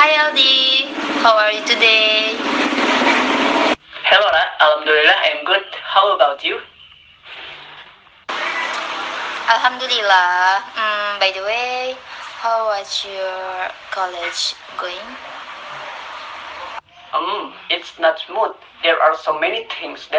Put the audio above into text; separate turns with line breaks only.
Hi Aldi, how are you today?
Hello, Ra. Alhamdulillah, I'm good. How about you?
Alhamdulillah. Mm, by the way, how was your college going?
Um, it's not smooth. There are so many things that